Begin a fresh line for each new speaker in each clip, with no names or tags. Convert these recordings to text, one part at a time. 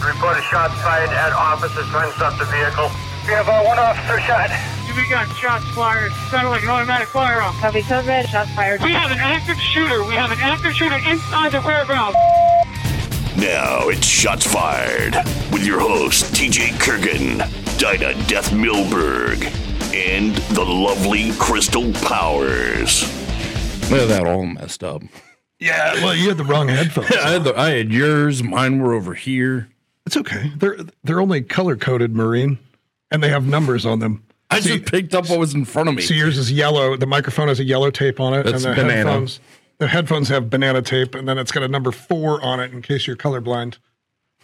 Report a shot fired at officers when stopped the vehicle.
We have uh, one officer shot.
We got shots fired. Sounded like an automatic firearm.
Copy, code red, shots fired.
We have an active shooter. We have an active shooter inside the fairgrounds.
Now it's Shots Fired with your host, TJ Kurgan, Dinah Death Milberg, and the lovely Crystal Powers.
Look at that all messed up.
Yeah, Uh, well, you had the wrong headphones.
I had, the, I had yours. Mine were over here.
It's okay. They're they're only color coded marine, and they have numbers on them.
I
See-
just picked up what was in front of me.
So yours is yellow. The microphone has a yellow tape on it,
That's
and the
banana.
headphones. The headphones have banana tape, and then it's got a number four on it in case you're colorblind,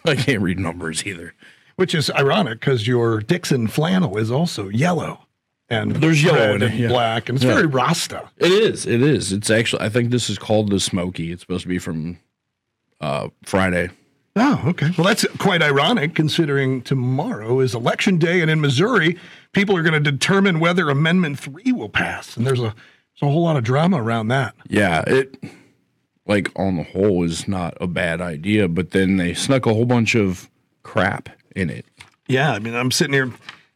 I can't read numbers either.
which is ironic because your Dixon flannel is also yellow, and
There's yellow
red
in it,
and
yeah.
black, and it's
Yeah.
very Rasta.
It is. It is. It's actually. I think this is called the Smoky. It's supposed to be from uh, Friday.
Oh, okay. Well, that's quite ironic considering tomorrow is election day, and in Missouri, people are going to determine whether Amendment Three will pass, and there's a there's a whole lot of drama around that.
Yeah. It like on the whole is not a bad idea, but then they snuck a whole bunch of crap in it.
Yeah, I mean, I'm sitting here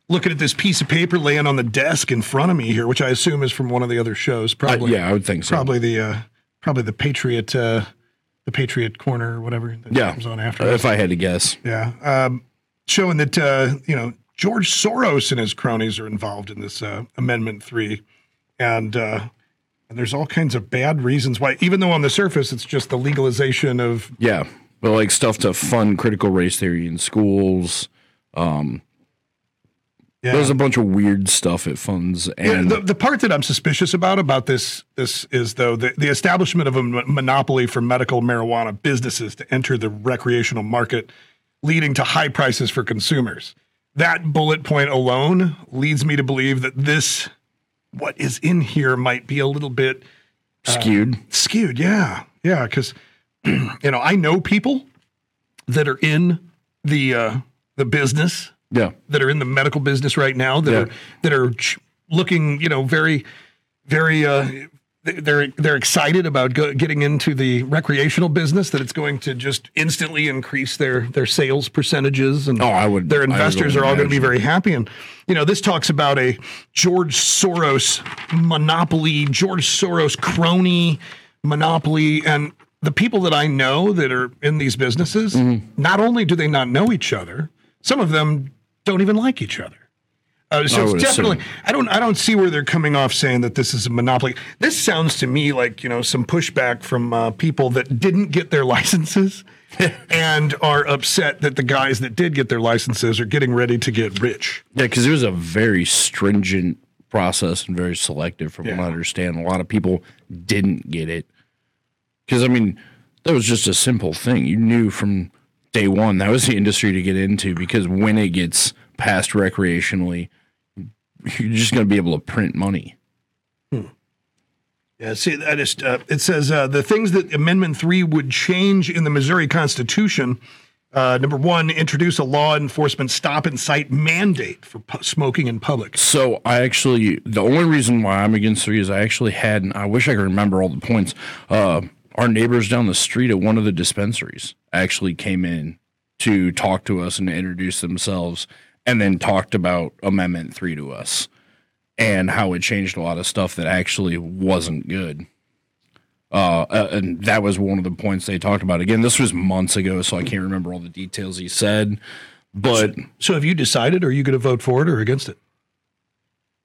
looking at this piece of paper laying on the desk in front of me here, which I assume is from one of the other shows,
Uh,
probably.
yeah, I would think so.
probably the uh, probably the Patriot uh, the Patriot Corner or whatever. That
Yeah.
comes on after.
Uh,
this.
if I had to guess.
yeah, um, showing that uh, you know George Soros and his cronies are involved in this uh, Amendment Three, and uh, and there's all kinds of bad reasons why. Even though on the surface it's just the legalization of
Yeah. But like stuff to fund critical race theory in schools.
yeah.
There's a bunch of weird stuff it funds
Yeah,
and
the, uh, the part that I'm suspicious about about this this is though the, the establishment of a mon- monopoly for medical marijuana businesses to enter the recreational market, leading to high prices for consumers. That bullet point alone leads me to believe that this what is in here might be a little bit
skewed.
skewed. Yeah, yeah, because you know I know people that are in the uh, the business
Yeah.
that are in the medical business right now that
Yeah.
are that are ch- looking, you know, very, very. Uh, th- they're they're excited about go- getting into the recreational business. That it's going to just instantly increase their their sales percentages, and
Oh, I would-
Their
I would
investors are all going to be
imagine.
very happy. And you know, this talks about a George Soros monopoly, George Soros crony monopoly, and. The people that I know that are in these businesses,
Mm-hmm.
not only do they not know each other, some of them don't even like each other. Uh, so
I
it's
would
definitely,
assume.
I don't, I don't see where they're coming off saying that this is a monopoly. This sounds to me like you know some pushback from uh, people that didn't get their licenses and are upset that the guys that did get their licenses are getting ready to get rich.
Yeah, because it was a very stringent process and very selective, from what I understand. A lot of people didn't get it. Because, I mean, that was just a simple thing. You knew from day one that was the industry to get into because when it gets passed recreationally, you're just going to be able to print money.
Yeah, see, I just uh, it says uh, the things that Amendment Three would change in the Missouri Constitution. Uh, number one, introduce a law enforcement stop and sight mandate for pu- smoking in public.
So I actually, the only reason why I'm against three is I actually had, and I wish I could remember all the points. Uh, our neighbors down the street at one of the dispensaries actually came in to talk to us and introduce themselves, and then talked about Amendment Three to us and how it changed a lot of stuff that actually wasn't good. Uh, uh, and that was one of the points they talked about. Again, this was months ago, so I can't remember all the details he said, but.
So have you decided? Are you going to vote for it or against it?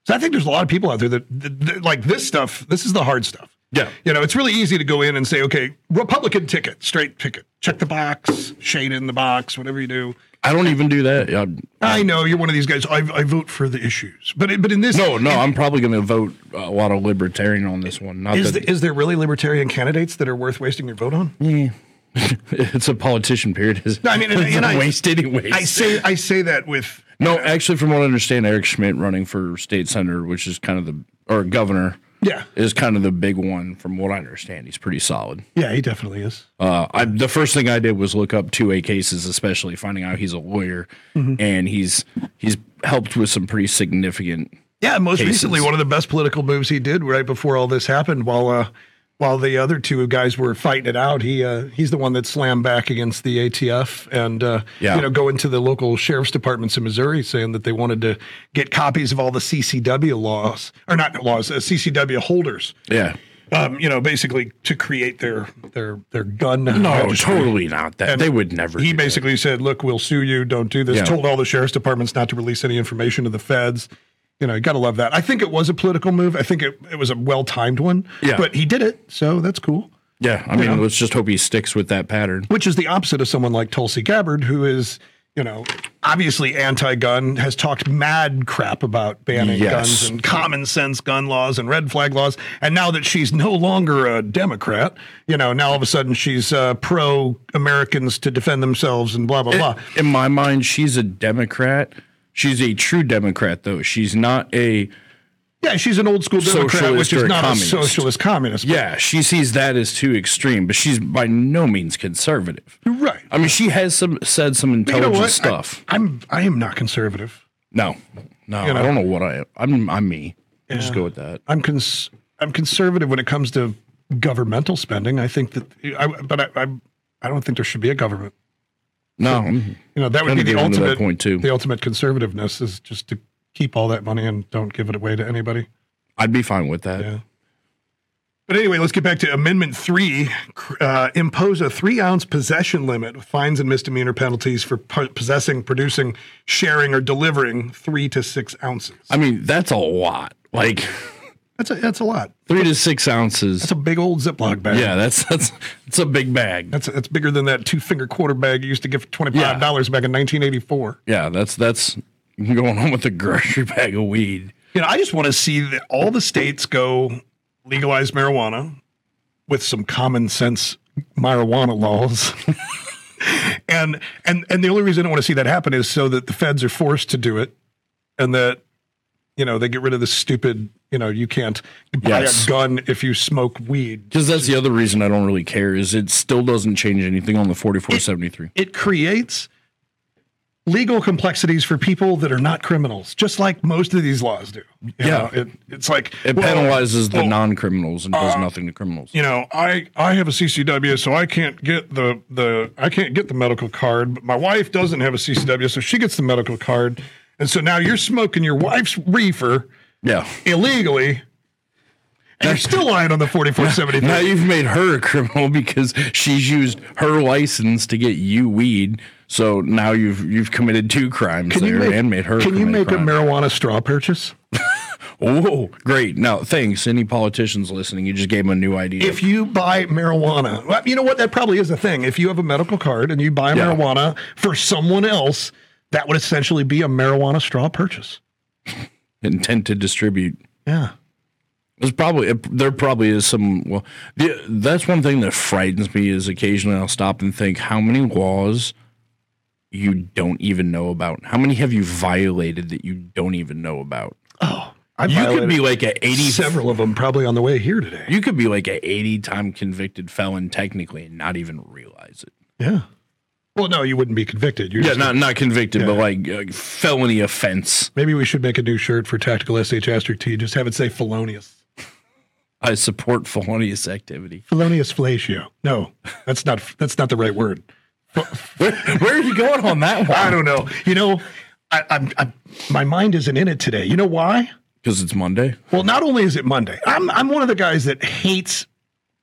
So I think there's a lot of people out there that, that, that like this stuff. This is the hard stuff.
Yeah.
You know, it's really easy to go in and say, okay, Republican ticket, straight ticket, check the box, shade in the box, whatever you do.
I don't even do that. I,
I know you're one of these guys. I, I vote for the issues, but it- but in this,
No, no, I'm probably going to vote uh, a lot of libertarian on this one. Not
is
that
the, is there really libertarian candidates that are worth wasting your vote on?
it's a politician period. Is
No, I mean, and-
it's
and
a
I-
waste anyways.
I say I say that with
no, actually, from what I understand, Eric Schmidt running for state senator, which is kind of the or governor,
yeah
is kind of the big one. From what I understand, he's pretty solid.
yeah he definitely is.
Uh, I, the first thing I did was look up two A cases, especially finding out he's a lawyer
Mm-hmm.
and he's he's helped with some pretty significant.
Yeah, most recently,
cases.
one of the best political moves he did right before all this happened, while uh, while the other two guys were fighting it out, he uh, he's the one that slammed back against the ATF and uh,
Yeah.
you know go into the local sheriff's departments in Missouri saying that they wanted to get copies of all the CCW laws or not laws, uh, CCW holders.
Yeah.
Um, you know, basically to create their their their gun.
No,
registry.
totally not that.
And
they would never. do
He
that.
basically said, "Look, we'll sue you. Don't do this."
Yeah.
Told all the sheriff's departments not to release any information to the feds. You know, you got to love that. I think it was a political move. I think it, it was a well timed one.
Yeah.
But he did it, so that's cool.
Yeah, I mean, let's just hope he sticks with that pattern.
Which is the opposite of someone like Tulsi Gabbard, who is, you know, obviously anti gun, has talked mad crap about banning
Yes.
guns and common sense gun laws and red flag laws. And now that she's no longer a Democrat, you know, now all of a sudden she's uh, pro Americans to defend themselves and blah, blah, blah.
In my mind, she's a Democrat. She's a true Democrat, though. She's not a.
Yeah, she's an old school Democrat,
Socialist
which is
or a
not
communist.
a socialist communist. but-
Yeah, she sees that as too extreme, but she's by no means conservative.
right.
I mean, she has some said some
You know
intelligent
what?
stuff.
I, am I am not conservative.
no, no,
You know.
I don't know what I. I'm I'm me. I'll Just
Yeah.
go with that.
I'm cons- I'm conservative when it comes to governmental spending. I think that, I, but I, I I don't think there should be a government.
No, I'm-
You know, that would
Kinda
be the
getting to that
ultimate
point, too.
The ultimate conservativeness is just to keep all that money and don't give it away to anybody.
I'd be fine with that.
Yeah. But anyway, let's get back to Amendment 3. Uh, impose a three ounce possession limit with fines and misdemeanor penalties for po- possessing, producing, sharing, or delivering three to six ounces.
I mean, that's a lot. Like
That's a, that's a lot.
three to six ounces.
That's a big old Ziploc bag.
yeah, that's that's it's a big bag.
That's, that's bigger than that two finger quarter bag you used to get for $25 back in 1984.
Yeah, that's that's going on with a grocery bag of weed.
You know, I just want to see that all the states go legalize marijuana with some common sense marijuana laws. and and and the only reason I want to see that happen is so that the feds are forced to do it and that you know, they get rid of the stupid, you know, you can't buy
Yes.
a gun if you smoke weed.
Because that's the other reason I don't really care is it still doesn't change anything on the forty four seventy three.
It creates legal complexities for people that are not criminals, just like most of these laws do. You
Yeah.
know, it, it's like
It
well,
penalizes the
well, uh,
non criminals and does nothing to criminals.
you know, I I have a CCW, so I can't get the the I can't get the medical card. But my wife doesn't have a CCW, so she gets the medical card. And so now you're smoking your wife's reefer
Yeah.
illegally, and you're still lying on the forty four seventy
Now
three.
you've made her a criminal because she's used her license to get you weed. So now you've you've committed two crimes there and made her.
Can you
commit
make a
crime.
marijuana straw purchase?
Oh, great! Now, thanks. Any politicians listening, you just gave them a new idea.
If you buy marijuana, well, you know what? That probably is a thing. If you have a medical card and you buy
Yeah.
marijuana for someone else, that would essentially be a marijuana straw purchase.
Intent to distribute.
Yeah.
There's probably there probably is some. Well, the, that's one thing that frightens me is occasionally I'll stop and think how many laws you don't even know about. How many have you violated that you don't even know about?
I
You could
violated
be like a eighty.
several of them probably on the way here today.
You could be like a eighty-time convicted felon technically and not even realize it.
Yeah. Well, no, you wouldn't be convicted. You're
Yeah,
just-
not not convicted, but like uh, felony offense.
Maybe we should make a new shirt for Tactical SH Asterisk T. Just have it say felonious.
I support felonious activity.
Felonious fellatio. No, that's not. That's not the right word.
Where, where are you going on that
I
one?
don't know. You know, I, I'm, I'm. My mind isn't in it today. You know why?
Because it's Monday.
Well, not only is it Monday, I'm I'm one of the guys that hates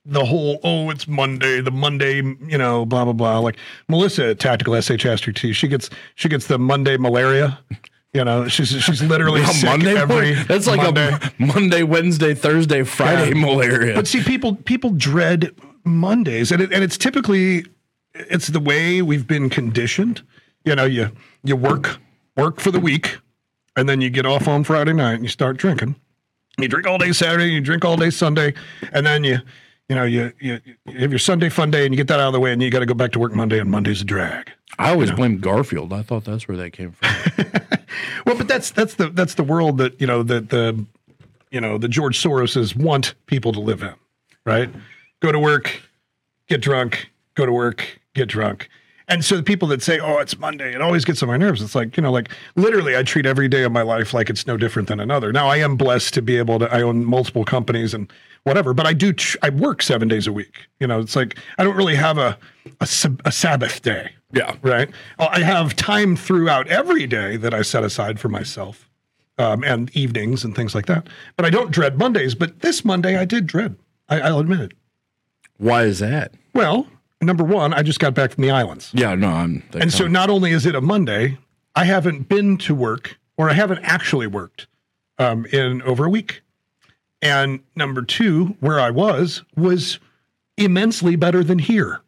the whole oh it's Monday, the Monday, you know, blah blah blah. Like Melissa, at tactical SH asterisk T, she gets she gets the Monday malaria. You know, she's she's literally
A
sick
Monday
every.
one? That's like
Monday.
a Monday, Wednesday, Thursday, Friday
Yeah.
malaria.
But see, people people dread Mondays, and it, and it's typically it's the way we've been conditioned. You know, you you work work for the week, and then you get off on Friday night and you start drinking. You drink all day Saturday, you drink all day Sunday, and then you you know you you, you have your Sunday fun day, and you get that out of the way, and you got to go back to work Monday, and Monday's a drag.
I always blame Garfield. I thought that's where that came from.
Well, but that's that's the that's the world that you know that the you know the George Soroses want people to live in, right? Go to work, get drunk. Go to work, get drunk. And so the people that say, "Oh, it's Monday," it always gets on my nerves. It's like you know, like literally, I treat every day of my life like it's no different than another. Now I am blessed to be able to. I own multiple companies, and whatever. But I do, tr- I work seven days a week. You know, it's like I don't really have a, a, sab- a Sabbath day.
Yeah.
Right. Oh, I have time throughout every day that I set aside for myself um, and evenings and things like that. But I don't dread Mondays. But this Monday I did dread. I, I'll admit it.
Why is that?
Well, number one, I just got back from the islands.
Yeah, no, I'm.
And so not only is it a Monday, I haven't been to work or I haven't actually worked um, in over a week. And number two, where I was was immensely better than here.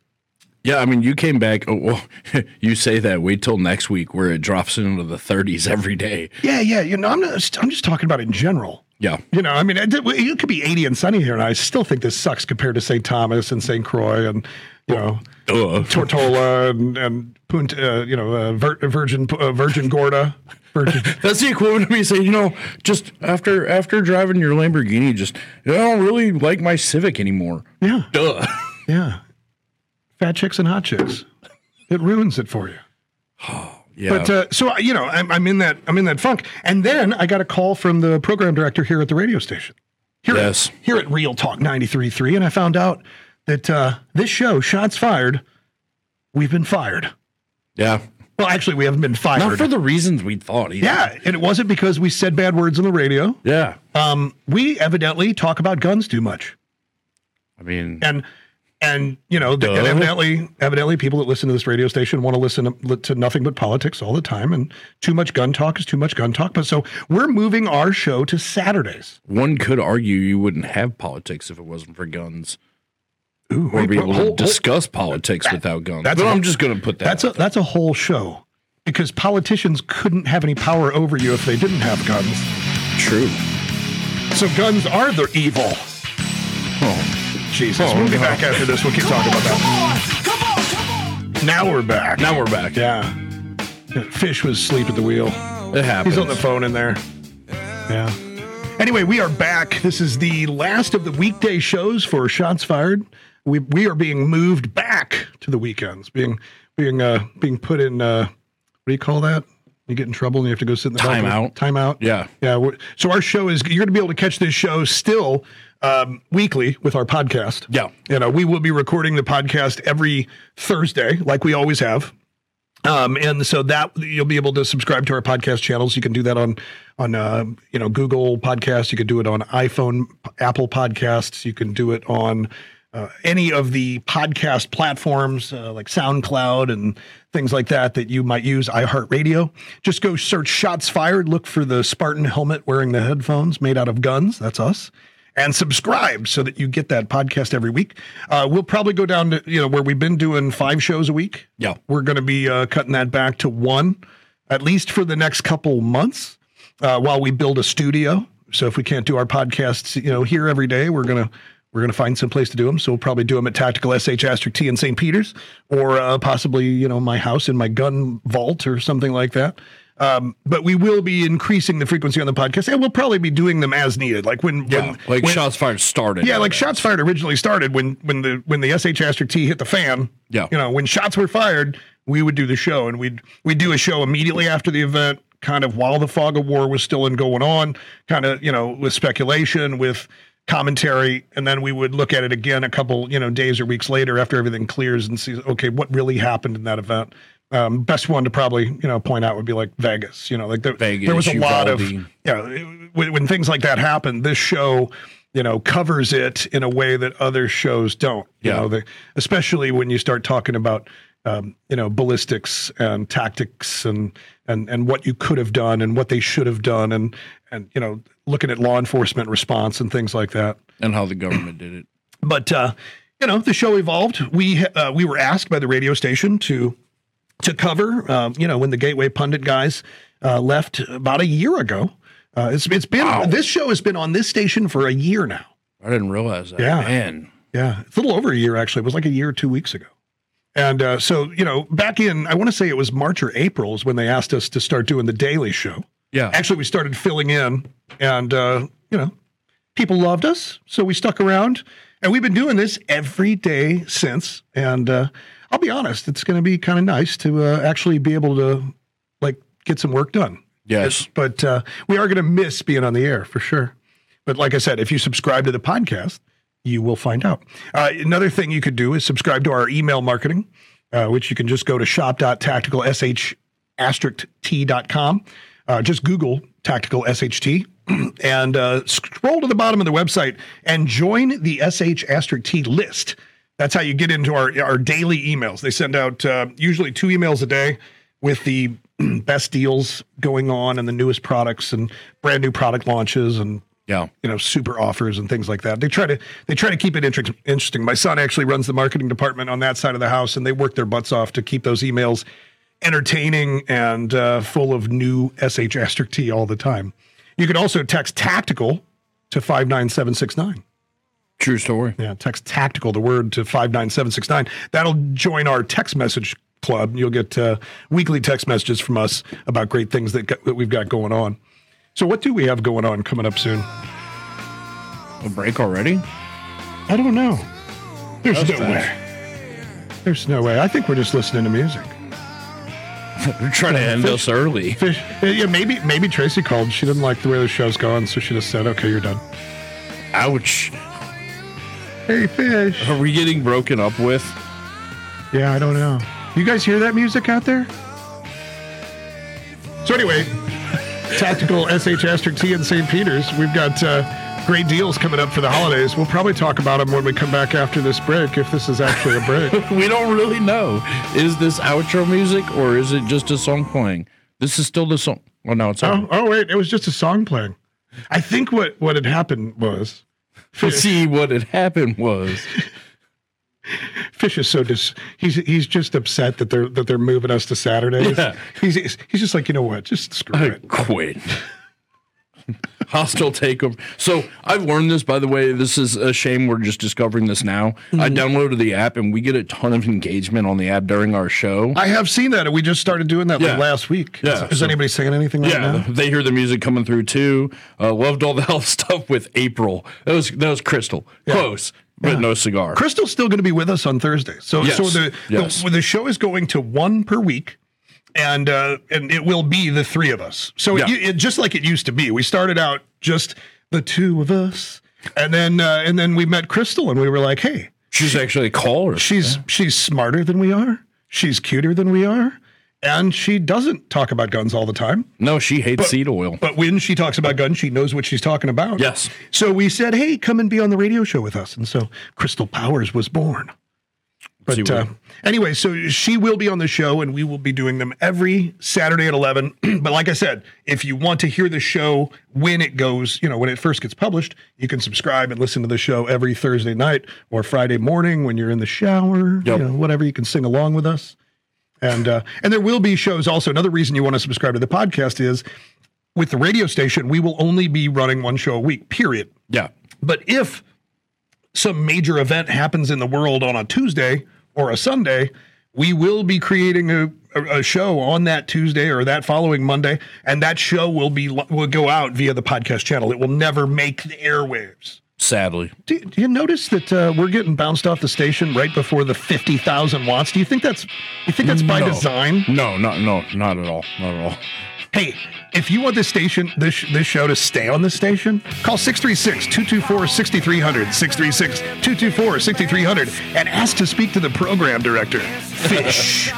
yeah, I mean, you came back. Oh, well, you say that. Wait till next week, where it drops into the 30s every day.
Yeah, yeah. You know, I'm not, I'm just talking about in general.
Yeah,
You know, I mean, it, it could be 80 and sunny here, and I still think this sucks compared to St. Thomas and St. Croix and, you know,
Duh.
Tortola and, and Punta, uh, you know, uh, Vir, Virgin uh, Virgin Gorda. Virgin.
that's the equivalent of me saying, you know, just after after driving your Lamborghini, just I don't really like my Civic anymore.
Yeah.
Duh.
Yeah. Fat chicks and hot chicks. It ruins it for you.
Yeah,
But uh, so I- you know, I'm, I'm in that I'm in that funk, and then I got a call from the program director here at the radio station, here
Yes.
at, here at Real Talk 93.3, and I found out that uh, this show, Shots Fired, we've been fired.
yeah.
Well, actually, we haven't been fired.
Not for the reasons we thought. Either.
yeah, and it wasn't because we said bad words on the radio.
yeah.
Um, we evidently talk about guns too much.
I mean,
and and you know th- and
Duh.
evidently evidently people that listen to this radio station want to listen to, to nothing but politics all the time and too much gun talk is too much gun talk but so we're moving our show to saturdays
one could argue you wouldn't have politics if it wasn't for guns, or be able to
hold-
discuss politics without guns.
that's
but
a-
I'm just going to put that.
that's a that's a whole show because politicians couldn't have any power over you if they didn't have guns
true.
so guns are the evil Oh.
Oh,
jesus we'll be back after this we'll keep talking about that now we're back
Now we're back.
yeah fish was asleep at the wheel
It happens.
He's on the phone in there. Yeah. Anyway, we are back. This is the last of the weekday shows for Shots Fired. We we are being moved back to the weekends, being being uh being put in uh what do you call that? You get in trouble and you have to go sit in the
Time
bathroom.
out.
Time out.
Yeah.
Yeah. we're- So our show is you're going to be able to catch this show still um, weekly with our podcast.
Yeah.
You know, we will be recording the podcast every Thursday, like we always have. Um, and so that you'll be able to subscribe to our podcast channels. You can do that on on uh, you know Google Podcasts. You can do it on iPhone, Apple Podcasts. You can do it on uh, any of the podcast platforms uh, like SoundCloud and things like that that you might use. iHeartRadio. Just go search "Shots Fired." Look for the Spartan helmet wearing the headphones made out of guns. That's us and subscribe so that you get that podcast every week. Uh, we'll probably go down to you know where we've been doing five shows a week.
Yeah.
we're going to be uh, cutting that back to one, at least for the next couple months, uh, while we build a studio. So if we can't do our podcasts, you know, here every day, we're gonna we're gonna find some place to do them. So we'll probably do them at Tactical SH Asterisk T in St. Peter's, or uh, possibly you know my house in my gun vault or something like that. Um, but we will be increasing the frequency on the podcast, and we'll probably be doing them as needed. Like when,
Yeah,
when
like
when-
shots fired started.
yeah, like shots fired originally started when when the when the SH asterisk T hit the fan.
Yeah.
You know, when shots were fired, we would do the show and we'd we'd do a show immediately after the event, kind of while the fog of war was still in going on, kind of, you know, with speculation, with commentary, and then we would look at it again a couple, you know, days or weeks later after everything clears and see okay, what really happened in that event. Um, best one to probably, you know, point out would be like Vegas, you know, like there,
Vegas,
there was a lot of
Uvalde.
yeah, it- when, when things like that happen, this show, you know, covers it in a way that other shows don't. You
Yeah.
know, they, especially when you start talking about, um, you know, ballistics and tactics and and and what you could have done and what they should have done and and you know, looking at law enforcement response and things like that
and how the government did it.
but uh, you know the show evolved we uh, we were asked by the radio station to to cover um, you know when the gateway pundit guys uh, left about a year ago uh, it's it's been this show has been on this station for a year now
I didn't realize that.
Yeah.
man.
yeah it's a little over a year actually it was like a year or two weeks ago and uh, so you know back in i want to say it was march or april is when they asked us to start doing the daily show
Yeah,
actually we started filling in and uh, you know people loved us so we stuck around and we've been doing this every day since and uh, i'll be honest it's going to be kind of nice to uh, actually be able to like get some work done
yes,
but uh, we are going to miss being on the air for sure but like i said if you subscribe to the podcast you will find out. Uh, another thing you could do is subscribe to our email marketing, uh, which you can just go to shop.tacticalsh asterisk t.com. Uh, just Google tactical SHT and uh, scroll to the bottom of the website and join the SH asterisk T list. That's how you get into our, our daily emails. They send out uh, usually two emails a day with the best deals going on and the newest products and brand new product launches and
Yeah.
you know super offers and things like that. They try to they try to keep it inter- interesting. My son actually runs the marketing department on that side of the house, and they work their butts off to keep those emails entertaining and uh, full of new sh asterisk t all the time. You can also text tactical to five nine seven six nine.
True story.
Yeah, text tactical the word to 59769. That'll join our text message club. You'll get uh, weekly text messages from us about great things that, got, that we've got going on. So, what do we have going on coming up soon?
A break already?
I don't know. There's
That's
no
fast.
way. There's no way. I think we're just listening to music.
They're trying to end us early.
Fish. uh, Yeah, maybe maybe Tracy called. She didn't like the way the show's going, so she just said, "Okay, you're done."
Ouch.
Hey, fish.
Are we getting broken up with?
Yeah, I don't know. You guys hear that music out there? So anyway, tactical SH asterisk T in St. Peter's. We've got uh, great deals coming up for the holidays. We'll probably talk about them when we come back after this break, if this is actually a break.
We don't really know. Is this outro music or is it just a song playing? This is still the song. Well, no, it's
Oh,
out.
oh wait, it was just a song playing. I think what what had happened was
See what had happened was.
Fish is so dis. He's he's just upset that they're that they're moving us to Saturdays.
Yeah.
He's he's he's just like you know what, just screw it.
quit. Hostile takeover. So I've learned this, by the way. This is a shame we're just discovering this now. I
Mm-hmm.
downloaded the app and we get a ton of engagement on the app during our show.
I have seen that, and we just started doing that like,
Yeah.
last week.
Yeah,
Is, is
so-
anybody saying anything right
Yeah,
now?
they hear the music coming through too. Uh, loved all the health stuff with April. That was that was Crystal. Close, but no cigar.
Crystal's still going to be with us on Thursday, so
Yes.
so the,
Yes.
the the show is going to one per week, and uh, and it will be the three of us. So it,
Yeah.
it just like it used to be. We started out just the two of us, and then uh, and then we met Crystal, and we were like, hey,
She's actually a caller.
she's she's smarter than we are, she's cuter than we are, and she doesn't talk about guns all the time.
no, she hates seed oil.
But when she talks about guns, she knows what she's talking about.
Yes.
So we said, hey, come and be on the radio show with us. And so Crystal Powers was born.
She
But
will.
uh, anyway, so she will be on the show, and we will be doing them every Saturday at 11. but like I said, if you want to hear the show when it goes, you know, when it first gets published, you can subscribe and listen to the show every Thursday night or Friday morning when you're in the shower, you
Yep.
know, whatever. You can sing along with us. And uh, and there will be shows also. Another reason you want to subscribe to the podcast is with the radio station, we will only be running one show a week, period.
yeah,
But if some major event happens in the world on a Tuesday or a Sunday, we will be creating a, a, a show on that Tuesday or that following Monday, and that show will be will go out via the podcast channel. It will never make the airwaves.
sadly.
Do, do you notice that uh, we're getting bounced off the station right before the fifty thousand watts? Do you think that's you think that's by
No.
design?
No, not no, not at all, not at all.
Hey, if you want this station, this this show to stay on this station, call 636-224-6300, 636-224-6300, and ask to speak to the program director. Fish.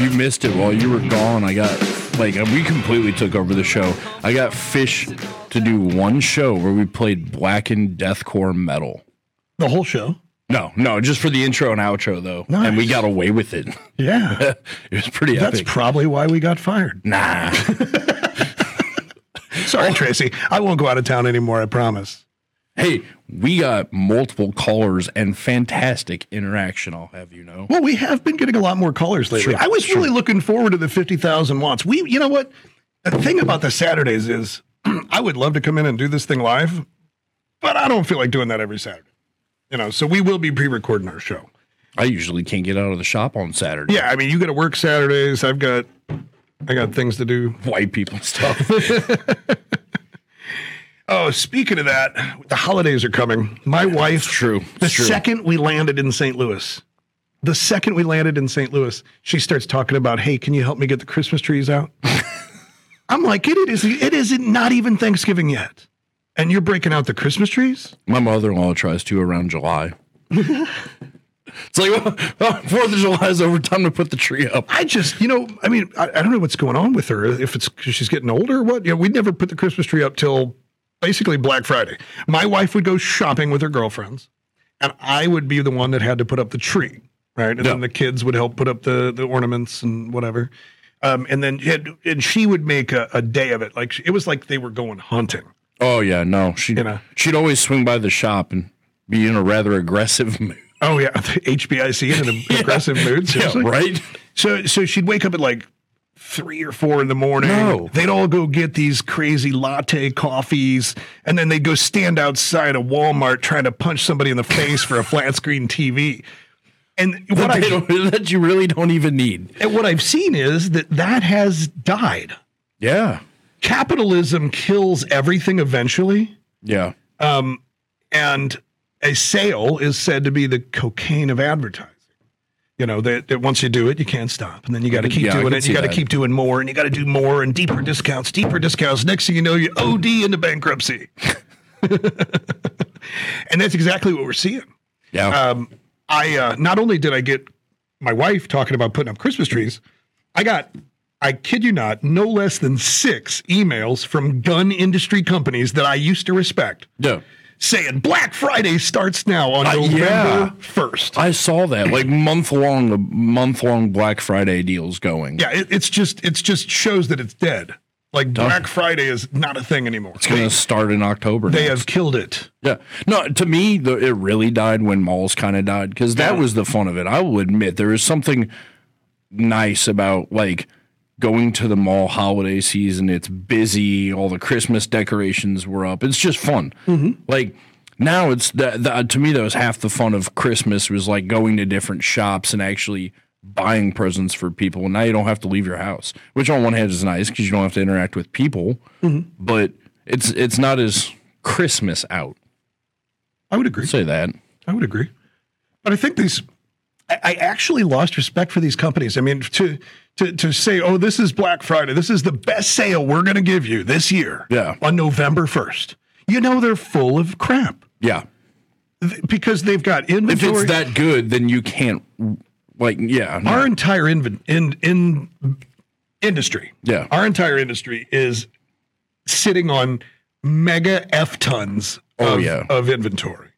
You missed it while you were gone. I got like uh, we completely took over the show. I got Fish to do one show where we played blackened deathcore metal.
the whole show?
No, no, just for the intro and outro though, and we
Nice.
got away with it.
Yeah.
It was pretty
That's
epic.
probably why we got fired.
nah,
Sorry, Tracy. I won't go out of town anymore, I promise.
hey, we got multiple callers and fantastic interaction. I'll have you know.
Well, we have been getting a lot more callers lately.
Sure,
I was really looking forward to the 50,000 watts. We, you know what? The thing about the Saturdays is I would love to come in and do this thing live, but I don't feel like doing that every Saturday. You know, so we will be pre recording our show.
I usually can't get out of the shop on Saturday.
Yeah. I mean, you got to work Saturdays. I've got, I got things to do.
white people stuff.
Oh, speaking of that, the holidays are coming. My wife,
true. It's
The
true.
second we landed in St. Louis, the second we landed in St. Louis, she starts talking about, "Hey, can you help me get the Christmas trees out?" I'm like, "It is. It is not even Thanksgiving yet." And you're breaking out the Christmas trees?
My mother in law tries to around July. it's like well, Fourth of July is over. Time to put the tree up.
I just, you know, I mean, I, I don't know what's going on with her. If it's 'cause she's getting older or what? You know, we'd never put the Christmas tree up till basically Black Friday. My wife would go shopping with her girlfriends, and I would be the one that had to put up the tree, right? And then the kids would help put up the the ornaments and whatever. Um, and then it, and she would make a, a day of it. Like it was like they were going hunting.
Oh yeah, no. She
know.
she'd always swing by the shop and be in a rather aggressive mood.
Oh yeah, HBIC in an aggressive mood. seriously.
right?
So so she'd wake up at like three or four in the morning.
No.
They'd all go get these crazy latte coffees, and then they'd go stand outside a Walmart trying to punch somebody in the face for a flat screen TV. And what
That, they
I
don't- that you really don't even need.
and what I've seen is that that has died.
Yeah,
Capitalism kills everything eventually,
yeah.
and a sale is said to be the cocaine of advertising. You know that, that once you do it, you can't stop, and then you got to keep
Mm-hmm. Yeah, I
doing
can
it.
see
You got to
that.
keep doing more, and you got to do more, and deeper discounts, deeper discounts. Next thing you know, you OD into bankruptcy, and that's exactly what we're seeing.
Yeah.
Um, I uh, not only did I get my wife talking about putting up Christmas trees, I got, I kid you not, no less than six emails from gun industry companies that I used to respect
yeah.
saying Black Friday starts now on
Uh,
November
yeah.
1st.
I saw that like month long, month long Black Friday deals going.
yeah, it, it's just it's just shows that it's dead. Like Black Friday is not a thing anymore.
It's going to start in October.
They
now.
have killed it.
Yeah. No, to me, the, it really died when malls kind of died because that was the fun of it. I will admit there is something nice about like going to the mall holiday season. It's busy. All the Christmas decorations were up. It's just fun. Like now it's that the, to me, that was half the fun of Christmas was like going to different shops and actually buying presents for people. And now you don't have to leave your house, which on one hand is nice because you don't have to interact with people, but it's, it's not as Christmas out
I would agree.
say that.
I would agree. But I think these, I, I actually lost respect for these companies. I mean, to to to say, oh, this is Black Friday, this is the best sale we're going to give you this year,
Yeah.
on November first. You know they're full of crap
Yeah.
Th- because they've got
If
inventory.
it's that good, then you can't like yeah. no.
our entire inven- in in industry,
Yeah.
our entire industry is sitting on mega f tons
Oh,
of,
yeah.
of inventory.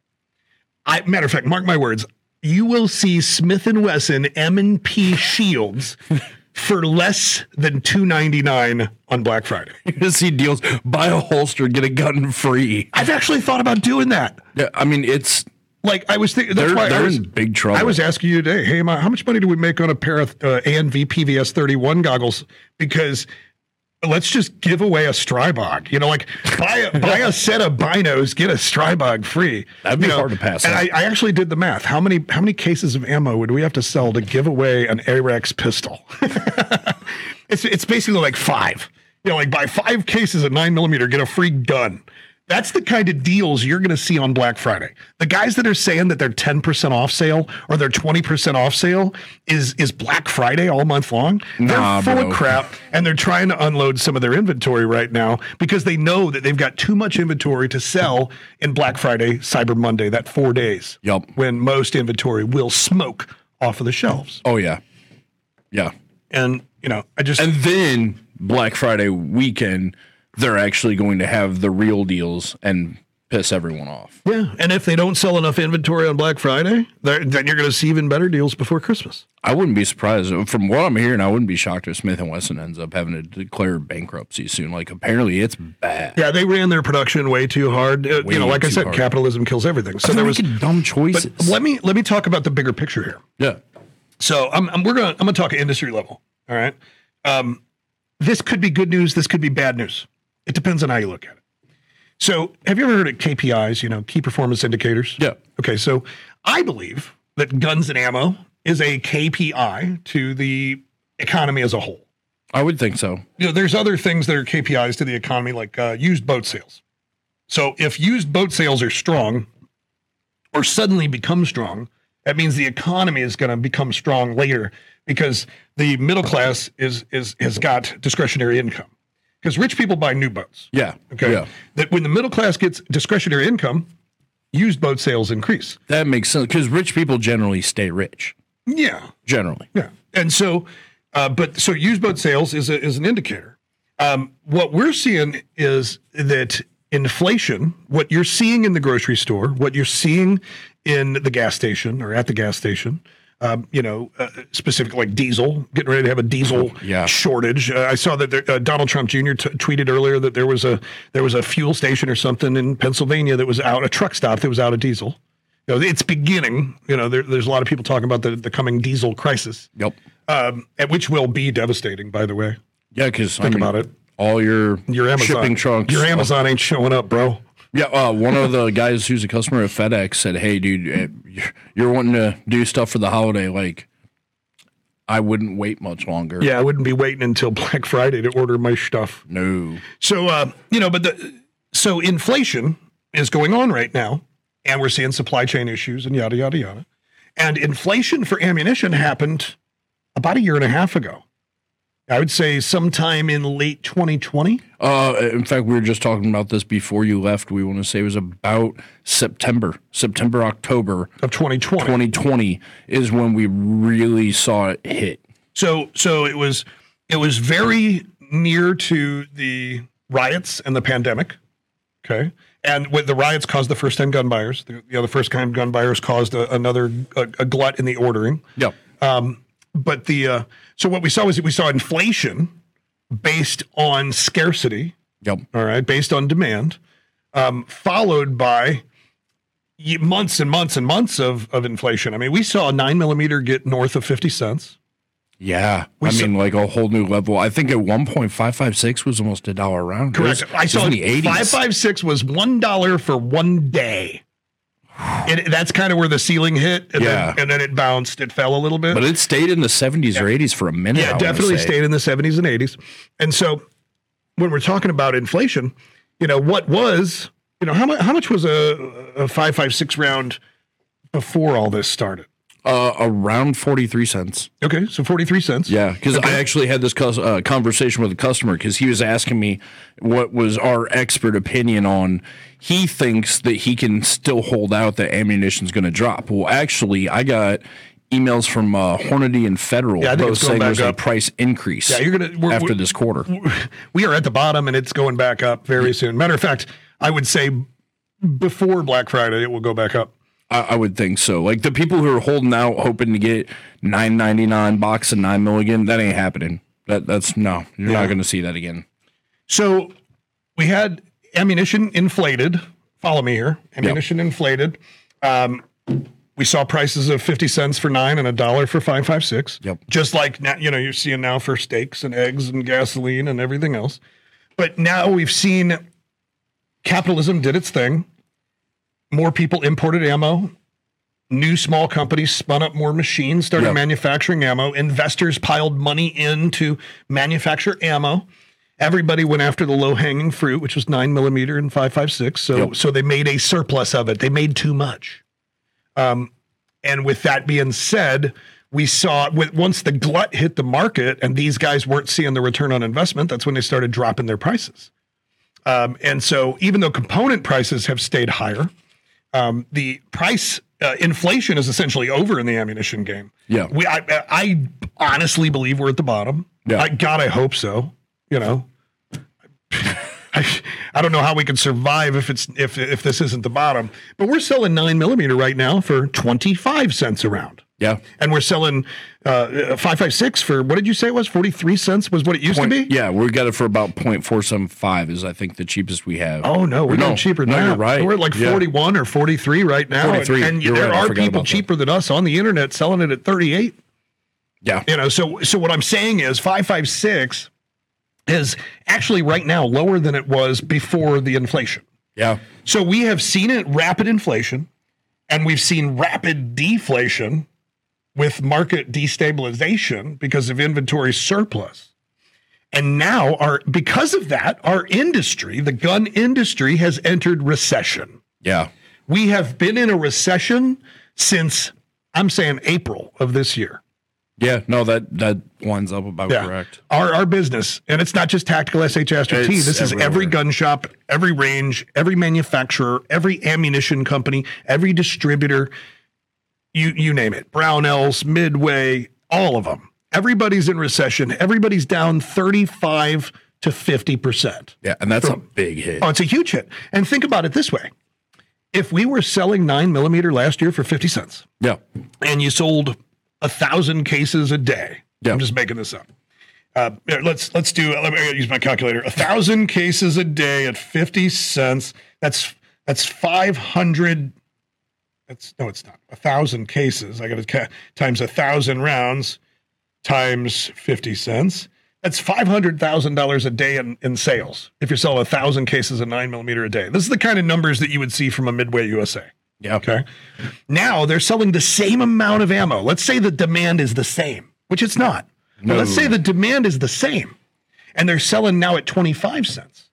I matter of fact, mark my words, you will see Smith and Wesson M and P shields for less than two ninety nine on Black Friday.
You're gonna see deals, buy a holster, get a gun free.
I've actually thought about doing that.
Yeah, I mean it's
Like I was thinking, that's
they're
why I
they're
was-
in big trouble.
I was asking you today, hey, Ma, how much money do we make on a pair of uh, ANV PVS 31 goggles? Because let's just give away a Strybog. You know, like buy a, buy a set of binos, get a Strybog free.
That'd be
You know,
hard to pass
And I,
up.
I actually did the math. How many how many cases of ammo would we have to sell to give away an Arex pistol? it's it's basically like five. You know, like buy five cases of nine millimeter, get a free gun. That's the kind of deals you're going to see on Black Friday. The guys that are saying that they're 10% off sale or they're 20% off sale is is Black Friday all month long.
Nah,
they're full
bro.
of crap and they're trying to unload some of their inventory right now because they know that they've got too much inventory to sell in Black Friday, Cyber Monday, that 4 days.
Yup.
When most inventory will smoke off of the shelves.
oh yeah, yeah.
And you know, I just
And then Black Friday weekend, they're actually going to have the real deals and piss everyone off.
Yeah, and if they don't sell enough inventory on Black Friday, they're- then you're going to see even better deals before Christmas.
I wouldn't be surprised from what I'm hearing. I wouldn't be shocked if Smith and Wesson ends up having to declare bankruptcy soon. Like apparently it's bad.
Yeah, they ran their production way too hard. Uh,
Way
you know, like I
too
said,
hard.
capitalism kills everything. So
They're
there was.
making dumb choices.
But let me let me talk about the bigger picture here.
yeah.
So I'm, I'm we're going I'm going to talk at industry level. All right. Um, this could be good news. This could be bad news. It depends on how you look at it. So have you ever heard of KPIs? You know, key performance indicators.
Yeah.
Okay. So I believe that guns and ammo is a KPI to the economy as a whole.
I would think so.
You know, there's other things that are KPIs to the economy, like uh, used boat sales. So if used boat sales are strong or suddenly become strong, that means the economy is going to become strong later because the middle class is is has got discretionary income. because rich people buy new boats.
Yeah.
Okay.
Yeah.
That when the middle class gets discretionary income, used boat sales increase.
That makes sense because rich people generally stay rich.
Yeah.
Generally.
Yeah. And so, uh, but so used boat sales is, a, is an indicator. Um, what we're seeing is that inflation, what you're seeing in the grocery store, what you're seeing in the gas station or at the gas station, um, you know, uh, specific like diesel, getting ready to have a diesel
Yeah.
shortage. Uh, I saw that there, uh, Donald Trump Jr. T- tweeted earlier that there was a there was a fuel station or something in Pennsylvania that was out a truck stop that was out of diesel. You know, it's beginning. You know, there, there's a lot of people talking about the, the coming diesel crisis
Yep.
um, and which will be devastating, by the way.
Yeah, because
Think about it.
All your
Your Amazon
shipping trunks.
Your Amazon ain't showing up, bro.
Yeah, uh, one of the guys who's a customer at FedEx said, "Hey, dude, eh, you're- you're wanting to do stuff for the holiday. Like, I wouldn't wait much longer.
Yeah, I wouldn't be waiting until Black Friday to order my stuff.
No,
So, uh, you know, but the, so inflation is going on right now, and we're seeing supply chain issues and yada yada yada. And inflation for ammunition happened about a year and a half ago. I would say sometime in late 2020.
Uh, in fact, we were just talking about this before you left. We want to say it was about September, September, October
Of 2020.
2020 is when we really saw it hit.
So so it was it was very near to the riots and the pandemic. Okay. And with the riots caused the first time gun buyers, the, you know, the first time gun buyers caused a, another a, a glut in the ordering.
Yep.
But the uh, so what we saw was that we saw inflation based on scarcity
Yep.
all right, based on demand, um, followed by ye- months and months and months of, of inflation. I mean, we saw nine millimeter get north of 50 cents.
Yeah. I
saw-
mean, like a whole new level. I think at one point, 556 was almost a dollar a round. It was- it
I
was
saw
in the 80s.
556 was $1 for one day. And that's kind of where the ceiling hit. And,
Yeah.
then, and then it bounced, it fell a little bit.
but it stayed in the 70s or 80s for a minute. I
Yeah,
wanna
definitely
say.
stayed in the 70s and 80s. And so when we're talking about inflation, you know, what was, you know, how much how much was a, a 556 round before all this started?
Uh, around 43 cents.
Okay, so 43 cents.
Yeah, because I actually had this cus- uh, conversation with a customer because he was asking me what was our expert opinion on. He thinks that he can still hold out that ammunition's going to drop. Well, actually, I got emails from uh, Hornady and Federal
Yeah, I think
both
it's going
saying there's
back
a
up.
price increase
Yeah, you're gonna- we're-
after
we're-
this quarter.
We are at the bottom and it's going back up very soon. Matter of fact, I would say before Black Friday it will go back up.
I, I would think so. Like the people who are holding out, hoping to get nine ninety nine box and nine milligan, that ain't happening. That that's no, you're not going to see that again.
So we had ammunition inflated. Follow me here. Ammunition inflated. Um, we saw prices of 50 cents for nine and a dollar for 556.
Yep.
Just like now, you know, you're seeing now for steaks and eggs and gasoline and everything else. But now we've seen capitalism did its thing. More people imported ammo. New small companies spun up more machines, started
Yep.
manufacturing ammo. Investors piled money in to manufacture ammo. Everybody went after the low hanging fruit, which was nine millimeter and five five six. So
Yep.
so they made a surplus of it. They made too much. Um, and with that being said, we saw with, once the glut hit the market and these guys weren't seeing the return on investment, that's when they started dropping their prices. Um, and so even though component prices have stayed higher, um, the price uh, inflation is essentially over in the ammunition game.
Yeah.
we I, I honestly believe we're at the bottom.
Yeah.
I, God, I hope so. You know, I, I don't know how we can survive if it's if if this isn't the bottom. But we're selling nine millimeter right now for twenty five cents a round,
Yeah.
and we're selling uh, five five six for what did you say it was forty three cents was what it used
Point-
to be.
Yeah, we got it for about 0.475 is I think the cheapest we have.
Oh no, we're
Or
no, cheaper
No,
now.
you're right.
We're at like
Yeah.
forty one or forty three right now. and-
43.
And,
You're
there
right, I
are
forgot
people
about that.
cheaper than us on the internet selling it at thirty eight.
Yeah.
You know, so so what I'm saying is five five six is actually right now lower than it was before the inflation.
Yeah.
So we have seen it rapid inflation and we've seen rapid deflation with market destabilization because of inventory surplus. And now our because of that our industry, the gun industry has entered recession.
Yeah.
We have been in a recession since I'm saying April of this year.
Yeah, no, that that lines up about
Yeah.
correct.
Our our business, and it's not just tactical SH Astra T.
It's
This is every
everywhere.
gun shop, every range, every manufacturer, every ammunition company, every distributor. You you name it. Brownells, Midway, all of them. Everybody's in recession. Everybody's down thirty five to fifty percent.
Yeah, and that's a
From-
big hit.
Oh, it's a huge hit. And think about it this way: if we were selling nine millimeter last year for fifty cents,
Yeah,
and you sold a thousand cases a day.
Yeah.
I'm just making this up. Uh, here, let's let's do. Let me use my calculator. A thousand cases a day at fifty cents. That's that's five hundred. That's no, it's not a thousand cases. I got to ca- times a thousand rounds times fifty cents. That's five hundred thousand dollars a day in, in sales if you sell a thousand cases of nine millimeter a day. This is the kind of numbers that you would see from a Midway USA.
yeah,
Okay. Now they're selling the same amount of ammo. Let's say the demand is the same, which it's not. But let's say the demand is the same and they're selling now at 25 cents.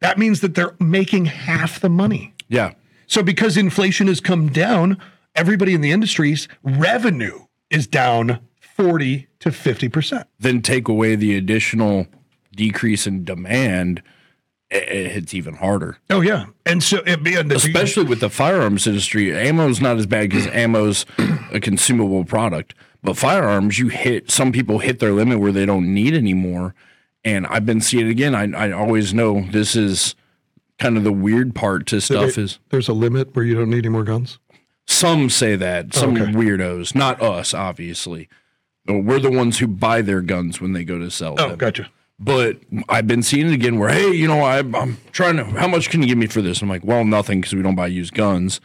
That means that they're making half the money.
yeah,
So because inflation has come down, everybody in the industry's revenue is down 40 to 50%.
then take away the additional decrease in demand, it, it hits even harder.
Oh yeah. And so it being the
Especially with the firearms industry, ammo's not as bad because ammo's a consumable product. But firearms, you hit some people hit their limit where they don't need anymore. And I've been seeing it again. I, I always know this is kind of the weird part to stuff is
there's a limit where you don't need any more guns.
Some say that. Some
Oh, Okay.
weirdos, not us, obviously. Uh, We're the ones who buy their guns when they go to sell
Oh,
them.
gotcha.
But I've been seeing it again where, hey, you know, I, I'm trying to, how much can you give me for this? I'm like, well, nothing because we don't buy used guns.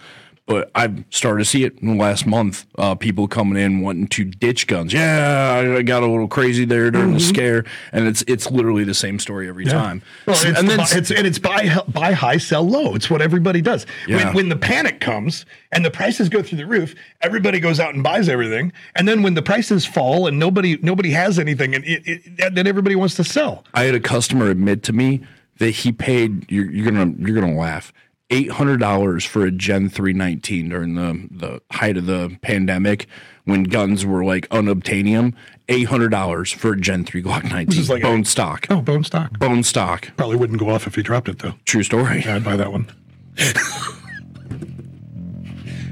But I've started to see it in the last month. Uh, people coming in wanting to ditch guns. Yeah, I- I got a little crazy there during
Mm-hmm.
the scare, and it's it's literally the same story every time.
Well, it's
and
the
then
buy, it's and it's buy hel- buy high, sell low. It's what everybody does.
Yeah.
When, when the panic comes and the prices go through the roof, everybody goes out and buys everything. And then when the prices fall and nobody nobody has anything, and it, it, then everybody wants to sell.
I had a customer admit to me that he paid. You're, you're gonna you're gonna laugh. Eight hundred dollars for a Gen three nineteen during the the height of the pandemic when guns were like unobtainium. Eight hundred dollars for a Gen three Glock nineteen
is like
bone
a-
stock.
Oh, bone stock
Bone stock.
probably wouldn't go off if he dropped it though.
True story.
I'd buy that one.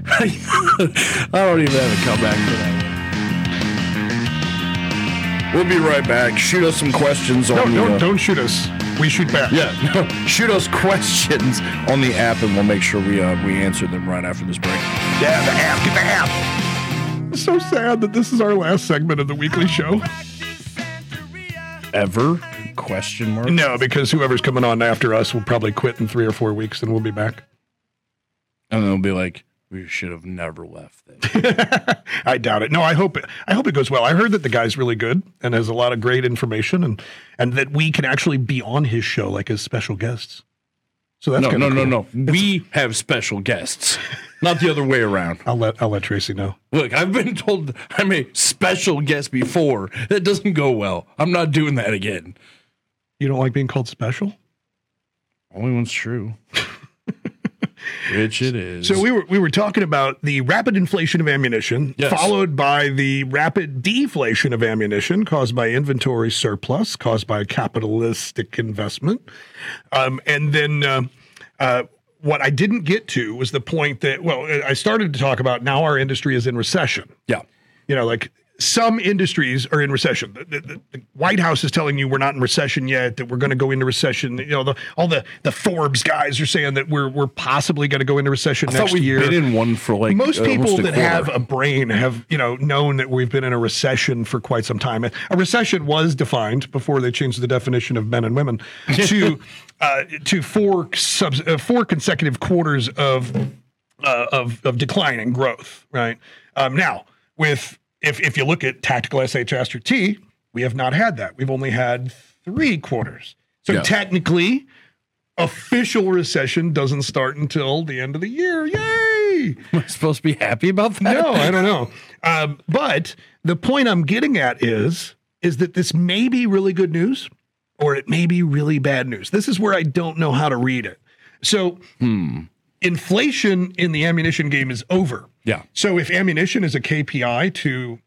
I don't even have a comeback for that. We'll be right back. Shoot us some questions on
No,
the. uh,
don't don't shoot us. We shoot back.
Yeah, no, shoot us questions on the app, and we'll make sure we uh, we answer them right after this break.
yeah. The app, get the app. It's so sad that this is our last segment of the weekly show.
ever? Question mark.
No, because whoever's coming on after us will probably quit in three or four weeks, and we'll be back.
And they'll be like, we should have never left. Then.
I doubt it. No, I hope it. I hope it goes well. I heard that the guy's really good and has a lot of great information, and and that we can actually be on his show like as special guests. So that's
no,
kinda
no, no,
cool.
no. We have special guests, not the other way around.
I'll let I'll let Tracy know.
Look, I've been told I'm a special guest before. That doesn't go well. I'm not doing that again.
You don't like being called special.
Only one's true. Which it is.
So we were we were talking about the rapid inflation of ammunition,
Yes.
followed by the rapid deflation of ammunition caused by inventory surplus, caused by capitalistic investment, um, and then. Uh, uh, what I didn't get to was the point that, well, I started to talk about now our industry is in recession
yeah.
you know, like some industries are in recession. The, the- the- the White House is telling you we're not in recession yet, that we're going to go into recession. You know, the, all the, the Forbes guys are saying that we're we're possibly going to go into recession
I thought
next
we've
year.
been in one for like
Most people
almost a
that have
quarter.
a brain have, you know, known that we've been in a recession for quite some time. A recession was defined before they changed the definition of men and women to uh, to four subs- uh, four consecutive quarters of uh, of of decline in growth, right? Um, now, with if if you look at tactical SH Astra T, we have not had that. We've only had three quarters. So
Yeah.
technically, official recession doesn't start until the end of the year. Yay!
Am I supposed to be happy about that?
No, I don't know. Um, but the point I'm getting at is is that this may be really good news, or it may be really bad news. This is where I don't know how to read it. So, inflation in the ammunition game is over.
Yeah.
So if ammunition is a KPI to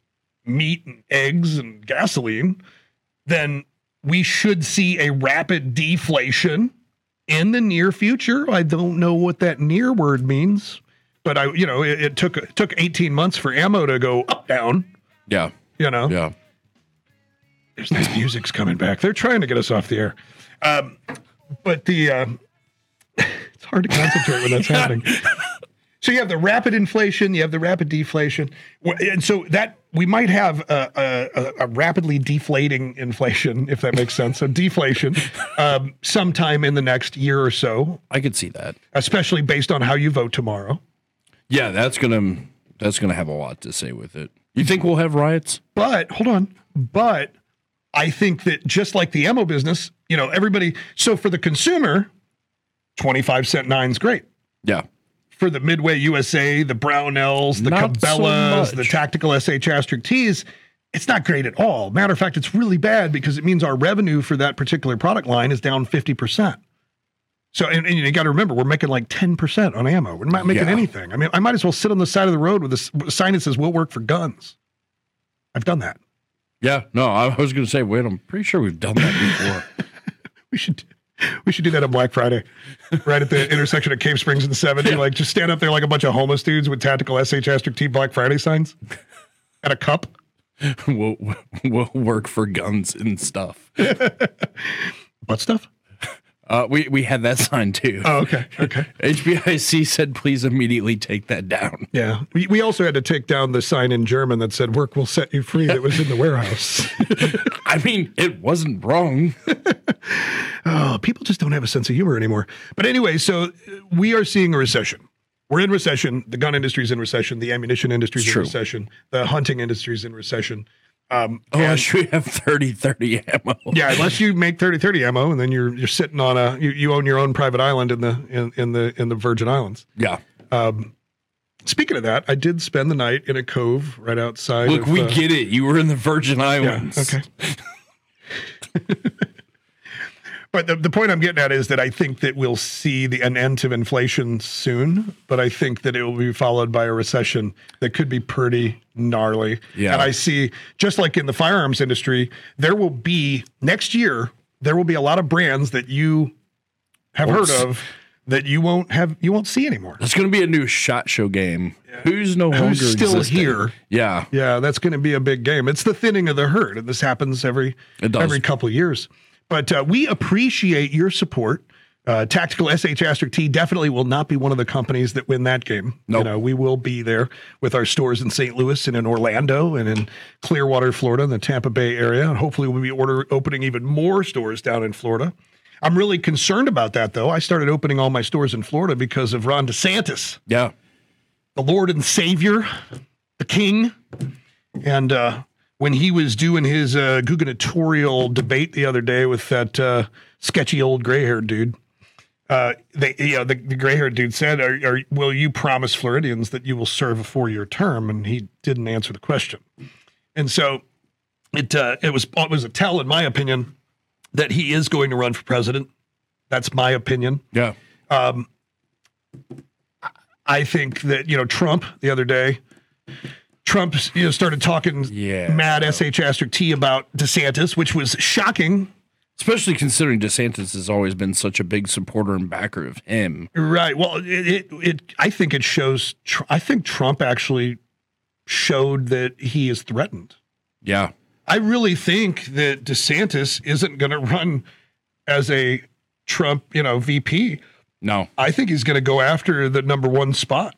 meat and eggs and gasoline, then we should see a rapid deflation in the near future. I don't know what that near word means, but I, you know, it, it took it took 18 months for ammo to go up down.
Yeah.
You know,
Yeah.
there's this music's coming back. They're trying to get us off the air, um, but the uh, it's hard to concentrate when that's happening. So you have the rapid inflation, you have the rapid deflation, Wh- and so that we might have a, a, a- a rapidly deflating inflation, if that makes sense, a deflation um, sometime in the next year or so,
I could see that.
especially based on how you vote tomorrow.
Yeah, that's gonna that's gonna have a lot to say with it. You think we'll have riots?
But hold on. But I think that just like the ammo business, you know, everybody. So for the consumer, 25 cent nine's great.
Yeah.
For the Midway USA, the Brownells, the
Not so much.
Cabela's, the Tactical SH Asterisk T's, it's not great at all. Matter of fact, it's really bad because it means our revenue for that particular product line is down 50%. So, and, and you got to remember, we're making like 10% on ammo. We're not making
Yeah.
anything. I mean, I might as well sit on the side of the road with a s- with a sign that says, we'll work for guns. I've done that.
Yeah. No, I was gonna say, wait, I'm pretty sure we've done that before.
We should we should do that on Black Friday, right at the intersection of Cave Springs and 70. Like just stand up there like a bunch of homeless dudes with tactical SH asterisk T Black Friday signs and a cup.
we'll we'll work for guns and stuff.
Butt stuff?
Uh, we we had that sign too.
Oh, okay. Okay.
HBIC said, please immediately take that down.
Yeah. We, we also had to take down the sign in German that said work will set you free that was in the warehouse.
I mean, it wasn't wrong.
Oh, people just don't have a sense of humor anymore. But anyway, so uh, we are seeing a recession. We're in recession. The gun industry's in recession. The ammunition industry's in
True.
recession. The hunting industry's in recession. Um,
Unless you Oh, have 30 30 ammo.
Yeah, unless you make 30-30 ammo, and then you're you're sitting on a you, you own your own private island in the in, in the in the Virgin Islands.
Yeah.
Speaking of that, I did spend the night in a cove right outside.
Look,
of,
we
uh,
get it. You were in the Virgin
yeah,
Islands.
okay. but the, the point I'm getting at is that I think that we'll see the an end to inflation soon, but I think that it will be followed by a recession that could be pretty gnarly.
Yeah.
And I see just like in the firearms industry, there will be next year, there will be a lot of brands that you have
Won't
heard
s-
of that you won't have you won't see anymore.
It's going to be a new shot show game. Who's no longer
Who's still
existing?
here?
Yeah.
Yeah, that's going to be a big game. It's the thinning of the herd, and this happens every
It does.
every couple of years. But uh, we appreciate your support. Uh, Tactical SH Asterisk T definitely will not be one of the companies that win that game.
Nope.
You know, we will be there with our stores in St. Louis and in Orlando and in Clearwater, Florida, in the Tampa Bay area. And hopefully, we'll be order opening even more stores down in Florida. I'm really concerned about that, though. I started opening all my stores in Florida because of Ron DeSantis
Yeah.
the Lord and Savior, the King. And uh, when he was doing his uh, gubernatorial debate the other day with that uh, sketchy old gray haired dude, uh, they, you know, the, the gray haired dude said, are, are, Will you promise Floridians that you will serve a four year term? And he didn't answer the question. And so it, uh, it, was, it was a tell, in my opinion, that he is going to run for president. That's my opinion.
Yeah.
I think that you know Trump the other day, Trump you know started talking
Yeah.
mad sh asterisk t about DeSantis, which was shocking.
Especially considering DeSantis has always been such a big supporter and backer of him.
Right. Well, it it, it I think it shows. Tr- I think Trump actually showed that he is threatened.
Yeah.
I really think that DeSantis isn't going to run as a Trump, you know, VP.
No.
I think he's going to go after the number one spot.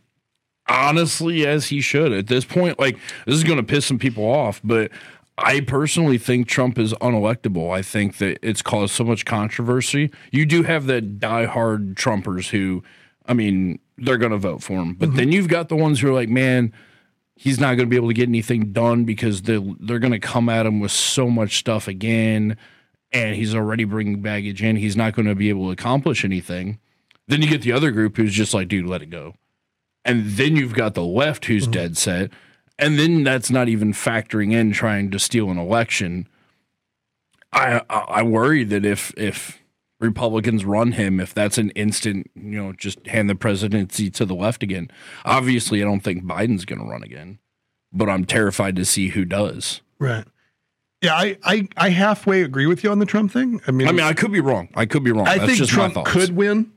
honestly as he should at this point like this is going to piss some people off but i personally think trump is unelectable i think that it's caused so much controversy you do have that diehard trumpers who i mean they're going to vote for him but then you've got the ones who are like man he's not going to be able to get anything done because they they're going to come at him with so much stuff again and he's already bringing baggage in he's not going to be able to accomplish anything then you get the other group who's just like dude let it go and then you've got the left who's dead set and then that's not even factoring in trying to steal an election I, I i worry that if if republicans run him if that's an instant you know just hand the presidency to the left again obviously i don't think biden's going to run again but I'm terrified to see who does.
Right. Yeah, I, I, I halfway agree with you on the Trump thing. I mean,
I mean, I could be wrong. I could be wrong.
I
That's
think
just
Trump
my thoughts.
could win.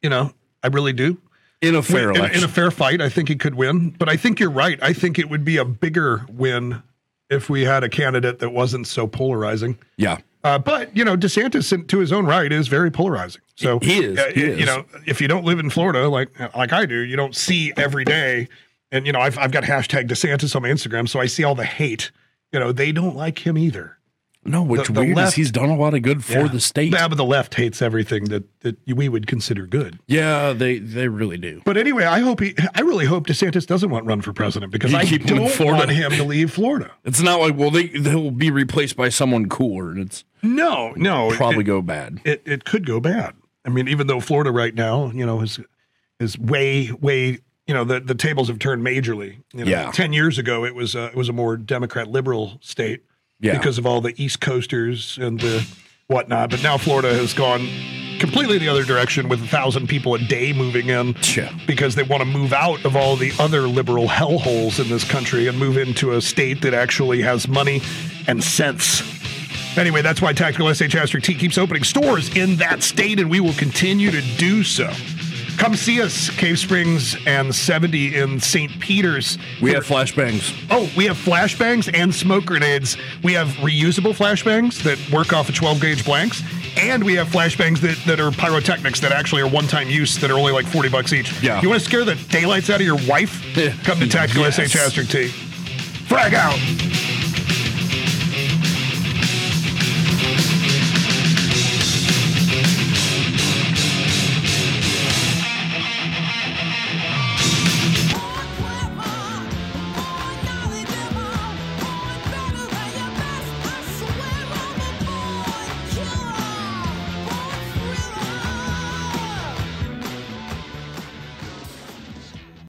You know, I really do.
in a fair
in, in
election.
a fair fight, I think he could win. But I think you're right. I think it would be a bigger win if we had a candidate that wasn't so polarizing.
yeah.
Uh, but you know, DeSantis, in- to his own right, is very polarizing. So
He is,
uh,
he
you
is.
know, if you don't live in Florida like like I do, you don't see every day. And you know, I've I've got hashtag DeSantis on my Instagram, so I see all the hate. You know, they don't like him either.
No, what's
The- the
weird
left-
is he's done a lot of good for
Yeah.
the state.
Yeah, but the left hates everything that that we would consider good.
Yeah, they they really do.
But anyway, I hope he. I really hope DeSantis doesn't want to run for president because
You
I
keep him in
don't
Florida.
want him to leave Florida.
It's not like well they they'll be replaced by someone cooler and it's
No, no,
probably
it,
go bad.
It, it could go bad. I mean, even though Florida right now, you know, is is way way. You know, the the tables have turned majorly. You know,
Yeah.
Ten years ago, it was a, it was a more Democrat liberal state
Yeah.
because of all the East Coasters and the whatnot. But now Florida has gone completely the other direction with a thousand people a day moving in.
Yeah.
because they want to move out of all the other liberal hellholes in this country and move into a state that actually has money and sense. Anyway, that's why Tactical SH Asterisk T keeps opening stores in that state, and we will continue to do so. Come see us, Cave Springs and 70 in St. Peter's.
we have flashbangs.
Oh, we have flashbangs and smoke grenades. We have reusable flashbangs that work off of 12 gauge blanks, and we have flashbangs that, that are pyrotechnics that actually are one time use that are only like 40 bucks each.
Yeah.
You want to scare the daylights out of your wife?
Yeah.
Come to Tactical
Yes.
SH Asterisk T. Frag out.